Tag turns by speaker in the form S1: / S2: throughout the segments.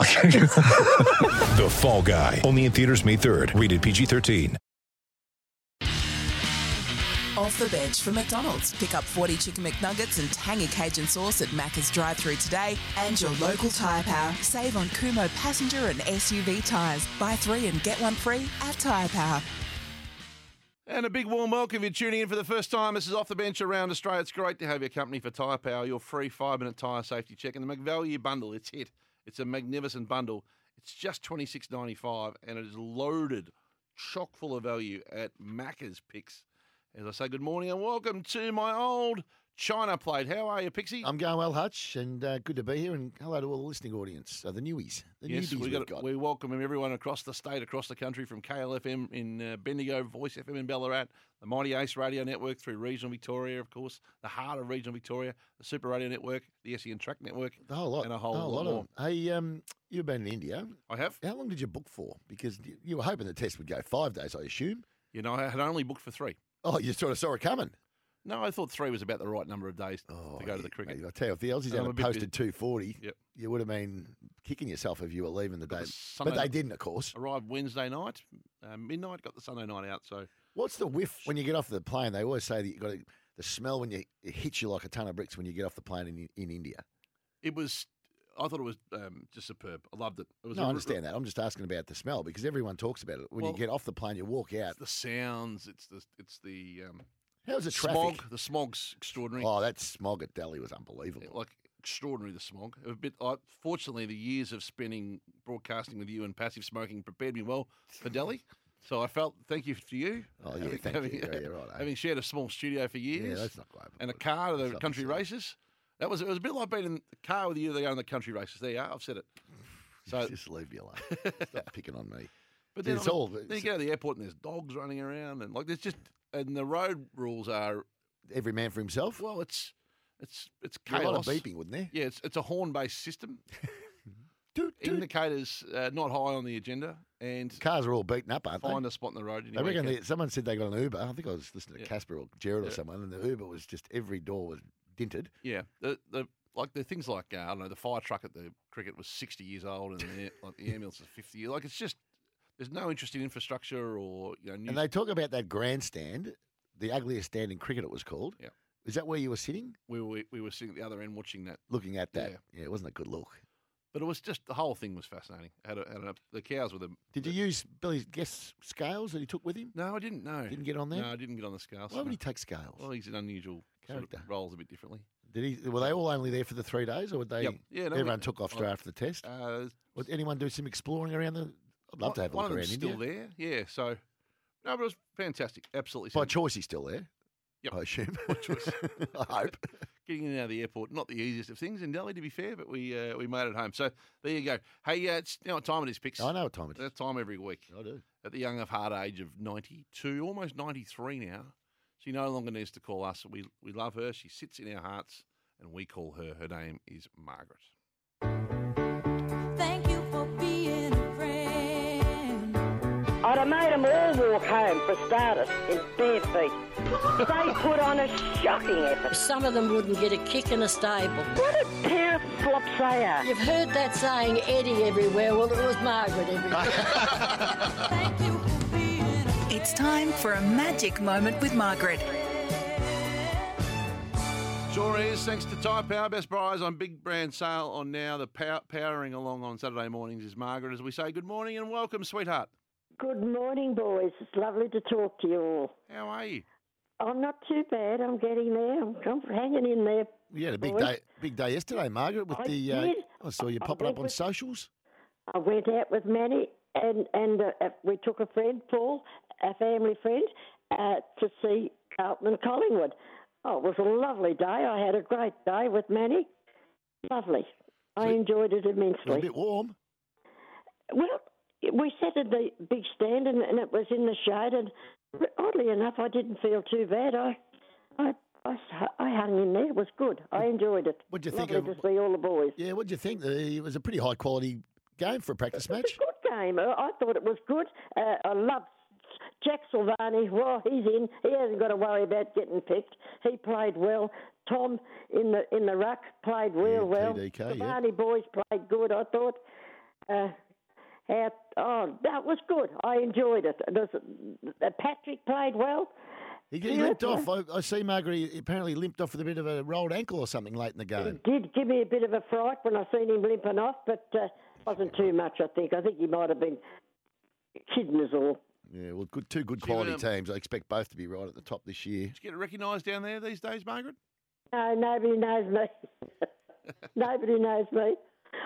S1: The Fall Guy. Only in theaters May 3rd. Rated PG-13.
S2: Off the bench for McDonald's. Pick up 40 chicken McNuggets and tangy Cajun sauce at Macca's drive through today. And your local tyre power. Save on Kumo passenger and SUV tyres. Buy three and get one free at tyre power.
S3: And a big warm welcome if you're tuning in for the first time. This is Off the Bench Around Australia. It's great to have your company for Tyre Power, your free five minute tyre safety check. And the McValue bundle, it's it. It's a magnificent bundle. It's just twenty six ninety five, and it is loaded, chock full of value at Macca's Picks. As I say, good morning and welcome to my old China plate. How are you, Pixie?
S4: I'm going well, Hutch, and uh, good to be here. And hello to all the listening audience, so the newies, the
S3: yes,
S4: newbies
S3: we
S4: we've
S3: got,
S4: got.
S3: we welcome everyone across the state, across the country, from KLFM in uh, Bendigo, Voice FM in Ballarat, the Mighty Ace Radio Network through Regional Victoria, of course, the heart of Regional Victoria, the Super Radio Network, the SEN Track Network.
S4: the whole lot,
S3: and a whole
S4: the
S3: lot
S4: of them. Hey, um, you've been in India.
S3: I have,
S4: How long did you book for? Because you, you were hoping the test would go five days, I assume.
S3: you know, I had only booked for three.
S4: Oh, you sort of saw it coming.
S3: No, I thought three was about the right number of days
S4: Oh,
S3: to go to the
S4: yeah,
S3: cricket.
S4: mate, I tell you, if the Aussies
S3: I'm a
S4: hadn't
S3: bit
S4: posted two forty,
S3: Yep.
S4: you would have been kicking yourself if you were leaving the
S3: Got
S4: day.
S3: the Sunday
S4: But they
S3: night-
S4: didn't, of course.
S3: Arrived Wednesday night, uh, midnight. Got the Sunday night out, so
S4: What's the whiff when you get off the plane? They always say that you got to, the smell when you it hits you like a ton of bricks when you get off the plane in in India.
S3: it was. I thought it was um, just superb. I loved it. It was
S4: No,
S3: a
S4: I
S3: r-
S4: understand that. I'm just asking about the smell because everyone talks about it. When
S3: Well-
S4: you get off the plane, you walk out.
S3: It's the sounds. It's the it's the um,
S4: How's the traffic?
S3: smog. The smog's extraordinary.
S4: Oh, that smog at Delhi was
S3: Yeah,
S4: unbelievable.
S3: like extraordinary the smog. A bit. I fortunately, the years of spending broadcasting with you and passive smoking prepared me well for Delhi. So I felt thank you to you.
S4: Oh, yeah,
S3: having-
S4: thank you. Yeah, yeah, right, eh?
S3: having shared a small studio for years
S4: Yeah, that's not great.
S3: and a car to
S4: That's
S3: the
S4: not
S3: country
S4: myself.
S3: races. That was it was a bit like being in the car with you. They go on the country races. There you are. I've said it. So,
S4: just leave me alone. Stop picking on me.
S3: but then,
S4: it's
S3: I mean,
S4: all-
S3: then you
S4: it's-
S3: go to the airport and there's dogs running around and like there's just and the road rules are
S4: Every man for himself.
S3: well, it's it's it's chaos.
S4: There'd be a lot of beeping, wouldn't there?
S3: Yeah, it's it's a horn based system.
S4: Doot, doot.
S3: indicators uh, not high on the agenda and
S4: Cars are all beaten up, aren't
S3: find
S4: they?
S3: a spot in the road.
S4: I
S3: Anyway,
S4: reckon
S3: you
S4: they, someone said they got an Uber. I think I was listening to
S3: Yeah.
S4: Casper or Jared or
S3: Yeah.
S4: someone, and the Uber was just every door was dinted.
S3: can. yeah, the the like the things like uh, I don't know the fire truck at the cricket was sixty years old and the, like the ambulance is fifty. years- Like it's just there's no interest in infrastructure or you know. New,
S4: And they talk about that grandstand, the ugliest stand in cricket, it was called.
S3: Yeah.
S4: Is that where you were sitting,
S3: we, were we were sitting at the other end watching that,
S4: looking at that?
S3: Yeah.
S4: yeah it wasn't a good look.
S3: but it was just the whole thing was fascinating. Had a, had an, the cows were the
S4: Did you use Billy's guess scales that he took with him?
S3: No, I didn't know.
S4: Didn't get on there?
S3: No, I didn't get on the scale.
S4: Why
S3: so-
S4: would he take scales?
S3: Well, he's an unusual Sort
S4: Character.
S3: of rolls a bit differently.
S4: Did he? Were they all only there for the three days, or would they?
S3: Yep. Yeah, no, we-
S4: everyone took off straight
S3: I-
S4: after the test.
S3: Uh,
S4: would anyone do some exploring around the? I'd love to have a
S3: one
S4: look
S3: of
S4: around
S3: them's still
S4: India.
S3: there. Yeah, so no, but it was fantastic. Absolutely,
S4: By
S3: sensational.
S4: choice, he's still there.
S3: Yep.
S4: I assume. I hope.
S3: getting in and out of the airport, not the easiest of things in Delhi, to be fair, but we uh, we made it home. So there you go. Hey, uh, it's you know what time it is, Pix.
S4: I know what time it is.
S3: That time every week.
S4: I do.
S3: At the young of heart age of 92, almost 93 now, she no longer needs to call us. We, we love her. She sits in our hearts, and we call her. Her name is Margaret.
S5: Thank you for being a friend.
S6: I'd have made them all walk home for starters in bare feet. they put on a shocking effort.
S5: Some of them wouldn't get a kick in a stable.
S6: What a pair of flops they are.
S5: You've heard that saying, Eddie everywhere. Well, it was Margaret everywhere. Thank you for being a
S7: It's time for a magic moment with Margaret.
S3: Sure is. Thanks to Tyre Power, best buys on big brand sale on now. The pow- powering along on Saturday mornings is Margaret. As we say, good morning and welcome, sweetheart.
S6: Good morning, boys. It's lovely to talk to you all.
S3: How are you?
S6: I'm not too bad. I'm getting there. I'm, I'm hanging in there.
S4: We had a big
S6: Boys.
S4: day. Big day yesterday, Margaret. With
S6: I
S4: the uh,
S6: did.
S4: I saw you
S6: I
S4: popping
S6: went
S4: up on
S6: with-
S4: socials.
S6: I went out with Manny and and uh, uh, we took a friend, Paul, a family friend, uh, to see Carlton and Collingwood. Oh, it was a lovely day. I had a great day with Manny. Lovely. I
S4: So-
S6: enjoyed it
S4: It was a
S6: immensely.
S4: bit warm.
S6: Well, we sat at the big stand and, and it was in the shade and oddly enough I didn't feel too bad. I I I, s- I hung in there. It was good. I enjoyed it.
S4: What'd you think
S6: Lovely
S4: of-
S6: to see all the boys?
S4: Yeah, what do you think? The, it was a pretty high quality game for a practice match.
S6: Good game. I I thought it was good. Uh, I love Jack Silvani. Well, he's in. He hasn't got to worry about getting picked. He played well. Tom in the in the ruck played real well.
S4: TDK,
S6: the
S4: yeah.
S6: Barney boys played good. I thought. Uh, out, oh, that was good. I enjoyed it. There's, uh, Patrick played well.
S4: He, he limped off. I, I see Margaret he apparently limped off with a bit of a rolled ankle or something late in the game.
S6: Did give me a bit of a fright when I seen him limping off, but uh, wasn't too much. I think. I think he might have been kidding us all.
S4: Yeah, well, good two good
S3: She went,
S4: quality
S3: um,
S4: teams. I expect both to be right at the top this year.
S3: Did you get recognised down there these days, Margaret?
S6: No, nobody knows me. nobody knows me.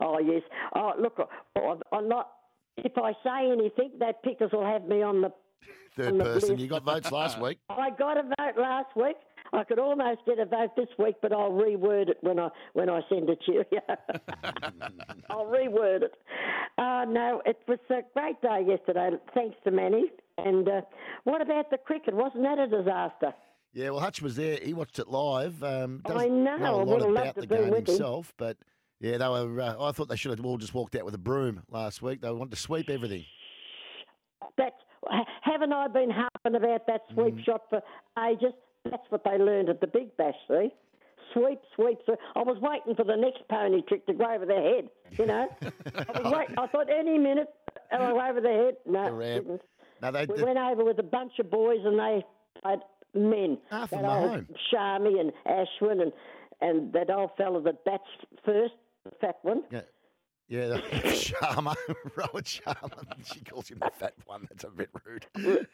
S6: Oh yes. Oh look, oh, I, I'm not. If I say anything, that pickers will have me on the.
S4: Third
S6: On the
S4: person,
S6: list.
S4: you got votes last week.
S6: I got a vote last week. I could almost get a vote this week, but I'll reword it when I when I send it to you. I'll reword it. Uh, no, it was a great day yesterday. Thanks to Manny. And uh, what about the cricket? Wasn't that a disaster?
S4: Yeah, well, Hutch was there. He watched it live. Um,
S6: I
S4: doesn't
S6: know, I
S4: a lot
S6: would've loved
S4: about
S6: to
S4: the
S6: be
S4: game
S6: with him.
S4: himself, but yeah, they were. Uh, I thought they should have all just walked out with a broom last week. They wanted to sweep everything.
S6: That's ha- haven't I been harping about that sweep
S4: Mm.
S6: shot for ages? That's what they learned at the Big Bash, see? Sweep, sweep, sweep. I was waiting for the next pony trick to go over their head, you know? I, was wait- I thought any minute it'll go over their head. No,
S4: The
S6: it
S4: ramp.
S6: didn't.
S4: No, they.
S6: Ah, We
S4: they-
S6: went over with a bunch of boys and they played men.
S4: Arthur
S6: that old
S4: Mahone.
S6: Sharmy and Ashwin and, and that old fella that bats first, the fat one.
S4: yeah. Yeah, the- Sharma, Rowan Sharma. She calls him the fat one. That's a bit rude.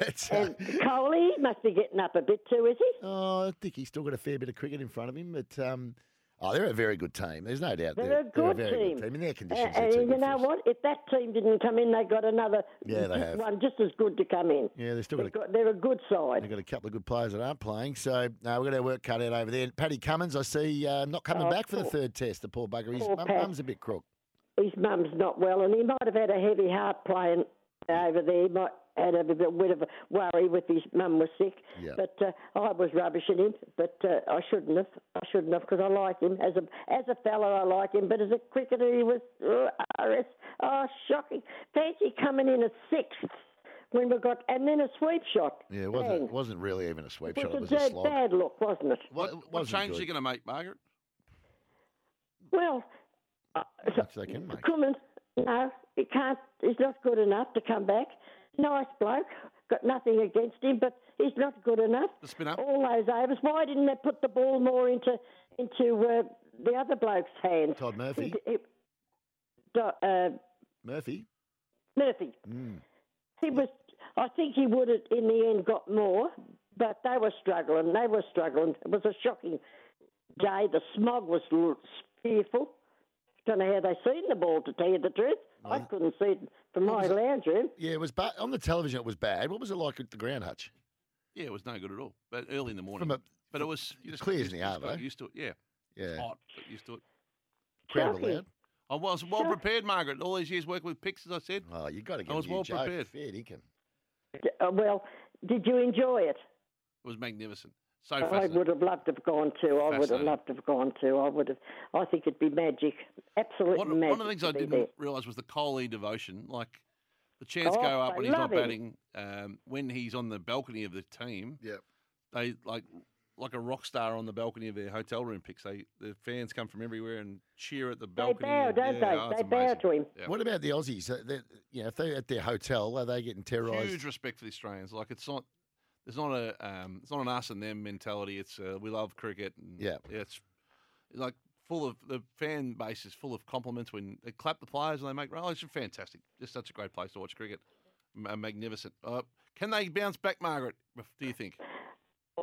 S4: But, uh,
S6: And Coley he must be getting up a bit too, is he?
S4: oh, I think he's still got a fair bit of cricket in front of him. But um, oh, they're a very good team. There's no doubt.
S6: They're a
S4: they're a
S6: good
S4: very
S6: team.
S4: good team. In their
S6: A-
S4: conditions, they're
S6: and
S4: too
S6: you
S4: good
S6: know
S4: for
S6: what?
S4: us.
S6: If that team didn't come in, they got another
S4: Yeah, they
S6: good
S4: have.
S6: one just as good to come in.
S4: Yeah, they've still got
S6: They've
S4: a
S6: got, they're a good
S4: They've
S6: side.
S4: got a couple of good players that aren't playing, so no, we've got our work cut out over there. Paddy Cummins, I see, uh, not coming
S6: Oh,
S4: back for the
S6: poor-
S4: third test. The poor bugger, his
S6: poor
S4: mum,
S6: Pat.
S4: mum's a bit crook.
S6: His mum's not well, and he might have had a heavy heart playing over there. He might had a bit bit of a worry with his mum was sick.
S4: Yeah.
S6: But uh, I was rubbishing him, but uh, I shouldn't have. I shouldn't have because I like him as a as a fella. I like him, but as a cricketer, he was uh, RS. Oh, shocking! Fancy coming in at sixth when we got, and then a sweep shot.
S4: Yeah, it wasn't
S6: Bang.
S4: it wasn't really even a sweep
S6: It
S4: shot. It was
S6: was
S4: a
S6: a
S4: slog.
S6: bad look, wasn't it?
S4: Wa-
S3: What, what
S4: wasn't
S3: change are you
S4: good.
S3: going to make, Margaret?
S6: Well, uh,
S4: much they can make.
S6: Cummins, no, he can't. He's not good enough to come back. Nice bloke, got nothing against him, but he's not good enough.
S3: The spin up.
S6: All those overs. Why didn't they put the ball more into into uh, the other bloke's hands?
S4: Todd Murphy,
S6: He- he- Do- uh,
S4: Murphy.
S6: Murphy.
S4: Mm.
S6: He was. I think he would have, in the end, got more, but they were struggling. They were struggling. It was a shocking day. The smog was l- fearful. Don't know how they seen the ball, to tell you the truth.
S3: Oh,
S6: I couldn't see it from my
S4: was it?
S6: lounge room.
S4: Yeah, it was bad on the television. It was bad. What was it like at the ground, Hutch?
S3: Yeah, it was no good at all. But early in the morning.
S4: From a
S3: but it was you just
S4: clear
S3: got
S4: as
S3: used-
S4: the
S3: just
S4: hour,
S3: got
S4: though.
S3: used to it. Yeah,
S4: yeah,
S3: hot, but used to it.
S4: crowd were
S6: shocking.
S4: loud.
S3: I was well prepared, Margaret. All these years working with pics, as I said.
S4: Oh, you got to get.
S3: was
S4: a new
S3: well
S4: joke.
S3: prepared.
S4: Fair dinkum.
S6: D- uh, well, did you enjoy it?
S3: It was magnificent. So
S6: I
S3: fascinating.
S6: would have loved to have gone to. I would have
S3: Oh, Fascinating.
S6: loved to have gone to. I would have. I think it'd be magic. Absolute
S3: One,
S6: magic.
S3: one of the things
S6: to
S3: I
S6: be
S3: didn't
S6: there.
S3: realise was the Coley devotion. Like the chance
S6: Oh,
S3: go up
S6: I
S3: when he's not
S6: love him.
S3: batting. Um, when he's on the balcony of the team,
S4: Yep.
S3: they like like a rock star on the balcony of their hotel room picks. They the fans come from everywhere and cheer at the
S6: They
S3: balcony.
S6: bow,
S3: and-
S6: don't
S3: yeah,
S6: they?
S3: oh,
S6: they
S3: it's
S6: bow
S3: amazing.
S6: to him.
S3: Yeah.
S4: What about the Aussies? Uh, they- you know, if they're at their hotel, are they getting terrorised?
S3: Huge respect for the Australians. Like it's not. There's not a um, it's not an us and them mentality. It's uh, we love cricket. And
S4: Yeah.
S3: it's like full of the fan base is full of compliments when they clap the players and they make rallies. It's fantastic. Just such a great place to watch cricket. Ma- magnificent. Uh, can they bounce back, Margaret? Do you think?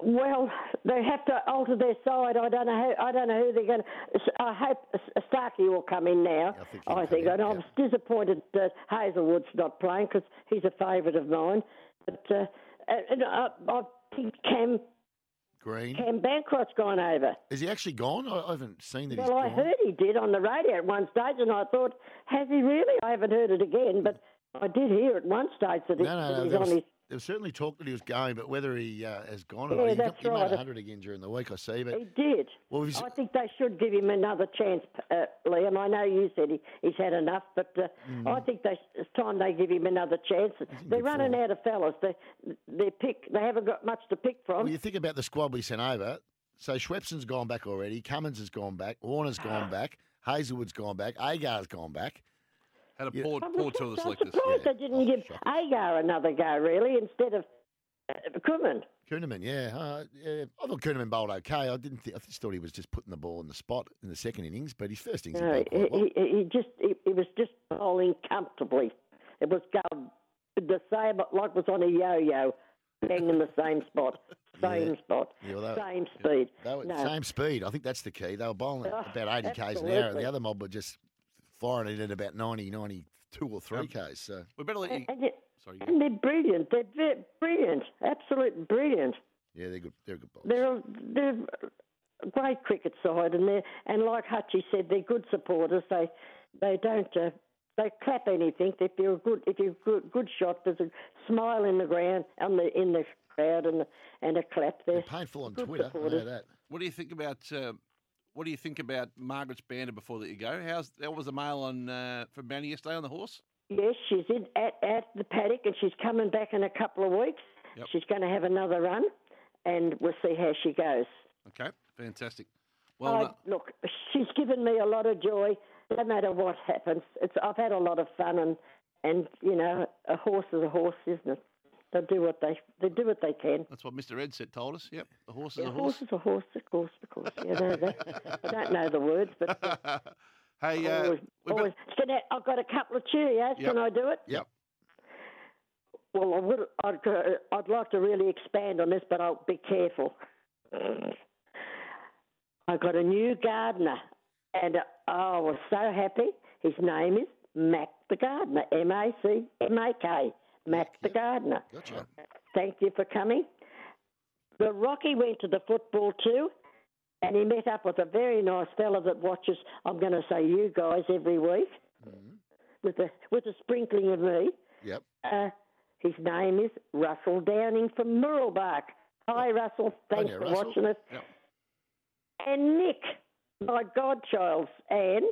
S6: Well, they have to alter their side. I don't know. Who, I don't know who they're going to. I hope S- Starkey will come in now.
S4: I think he'll
S6: I
S4: come
S6: think.
S4: in,
S6: And I
S4: yeah.
S6: was disappointed that Hazelwood's not playing because he's a favourite of mine. But uh, and and I, I think uh, Cam
S4: Green.
S6: Cam Bancroft's gone over.
S4: Is he actually gone? I, I haven't seen that he's
S6: Well, I
S4: gone.
S6: heard he did on the radio at one stage, and I thought, has he really? I haven't heard it again, but I did hear at one stage that, he,
S4: no, no,
S6: that
S4: no.
S6: he's
S4: There
S6: on
S4: was,
S6: his.
S4: there was certainly talk that he was going, but whether he uh, has gone or
S6: Yeah,
S4: not, he,
S6: that's
S4: he made
S6: right.
S4: 100 again during the week, I see. But
S6: He did. Oh,
S4: Well, he's-
S6: I think they should give him another chance, uh, Liam. I know you said he, he's had enough, but uh,
S4: Hmm.
S6: I think they, it's time they give him another chance. They're running out of fellas. They they pick. They haven't got much to pick from.
S4: Well, you think about the squad we sent over. So Schwepson's gone back already. Cummins has gone back. Warner's
S6: Ah.
S4: gone back. Hazelwood's gone back. Agar's gone back.
S3: Had a
S4: Yeah.
S3: poor,
S6: I was
S3: poor
S6: just-
S3: two of the
S6: I'm
S3: selectors.
S6: surprised
S4: Yeah.
S6: they didn't
S4: Oh,
S6: give
S4: shocking.
S6: Agar another go, really, instead of uh, Kuman.
S4: Kuhneman, yeah, uh, yeah. I thought Kuhneman bowled okay. I didn't. Think, I just thought he was just putting the ball in the spot in the second innings, but his first innings he
S6: No,
S4: bowled
S6: he,
S4: quite well.
S6: he, he just he, he was just bowling comfortably. It was going the same like it was on a yo-yo, bang in the same spot, same spot,
S4: Yeah, well, that-
S6: same speed.
S4: They were
S6: no,
S4: same speed. I think that's the key. They were bowling
S6: Oh,
S4: at about 80 k's an hour, and
S6: absolutely.
S4: the other mob were just firing it at about 90, 92 or 3 k's. So
S3: We better let you.
S6: and, it,
S3: Sorry.
S6: and they're brilliant. They're ve- brilliant, absolute brilliant.
S4: yeah, they're good. They're good bowlers.
S6: They're a- they're a great cricket side, and they are and like Hutchie said, they're good supporters. They they don't uh, they clap anything. If you're a good if you're a good, good shot, there's a smile in the ground on the in the crowd and and a clap
S4: They're
S6: there.
S4: painful on
S6: good
S4: Twitter. I know
S6: supporters.
S4: that.
S3: What do you think about? Uh, what do you think about Margaret's banner before that you go? How's how was the mail on uh, from Manny yesterday on the horse?
S6: Yes, she's in at, at the paddock, and she's coming back in a couple of weeks.
S3: Yep.
S6: She's going to have another run, and we'll see how she goes.
S3: Okay, fantastic. Well, uh,
S6: I-
S3: no-
S6: look, she's given me a lot of joy. No matter what happens, it's I've had a lot of fun, and and you know, a horse is a horse, isn't it? They do what they they do what they can.
S3: that's what Mr. Ed said told us. Yep, the horse is
S6: Yeah,
S3: a horse.
S6: is a horse, of course, of course. You know that. I don't know the words, but uh,
S3: hey, uh,
S6: always,
S3: we bet-
S6: always. Can I, I've got a couple of Cheerios.
S3: Yep.
S6: Can I do it?
S4: Yep.
S6: Well, I would. I'd, go- I'd like to really expand on this, but I'll be careful. I got a new gardener, and uh, oh, I was so happy. His name is Mac the Gardener. M A C M A K. Mac the Gardener.
S4: Gotcha.
S6: Thank you for coming. The Rocky went to the football too, and he met up with a very nice fella that watches. I'm going to say you guys every week, with a with a sprinkling of me.
S4: Yep.
S6: Uh, his name is Russell Downing from Muralbark. Hi, Russell. Thanks
S4: Hiya,
S6: for
S4: Oh. Russell.
S6: watching us.
S3: Yep.
S6: And Nick, my godchild's Anne,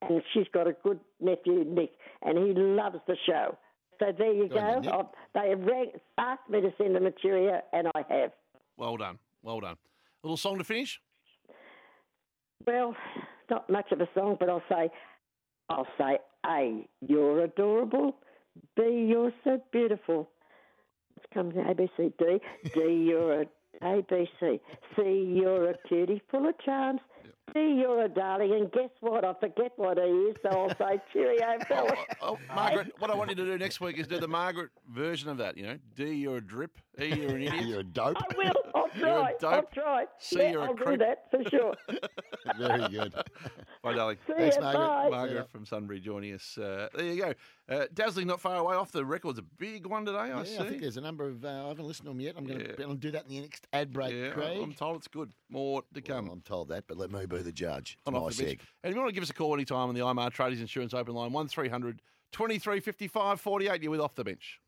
S6: and she's got a good nephew, Nick, and he loves the show. So there you
S4: Go on,
S6: go.
S4: Nick.
S6: I've, they have rang, asked me to send them a cheerio, and I have.
S3: well done, well done. little song to finish.
S6: Well, not much of a song, but I'll say, I'll say, A, you're adorable. B, you're so beautiful. It's coming to A, B, C, D. D, you're a A, B, C. C, you're a cutie full of charms. D, you're a darling. And guess what? I forget what E is, so I'll say cheerio, fellas.
S3: Oh, Margaret, what I want you to do next week is do the Margaret version of that. You know, D, you're a drip. E, you're an idiot.
S4: You're a dope.
S6: I will. I'll
S3: You're a
S6: try. I'll
S3: dope.
S6: try.
S3: C,
S6: yeah,
S3: you're a
S6: I'll do
S3: creep.
S6: that for sure.
S4: Very good.
S3: Bye, darling.
S6: See
S4: Thanks,
S6: ya,
S4: Margaret.
S6: bye.
S3: Margaret from Sunbury joining us. Uh, there you go. Uh, Dazzling, not far away off the records. A big one today, I
S4: Yeah,
S3: see.
S4: I think there's a number of. Uh, I haven't listened to them yet. I'm going
S3: Yeah.
S4: to do that in the next ad break,
S3: yeah,
S4: Craig.
S3: I'm told it's good. More to
S4: Well,
S3: come.
S4: I'm told that, but let me be the judge. It's
S3: on
S4: my
S3: off the bench.
S4: seg.
S3: And if you want to give us a call anytime on the IMR Traders Insurance Open Line, 1300 2355 48, you're with Off the Bench.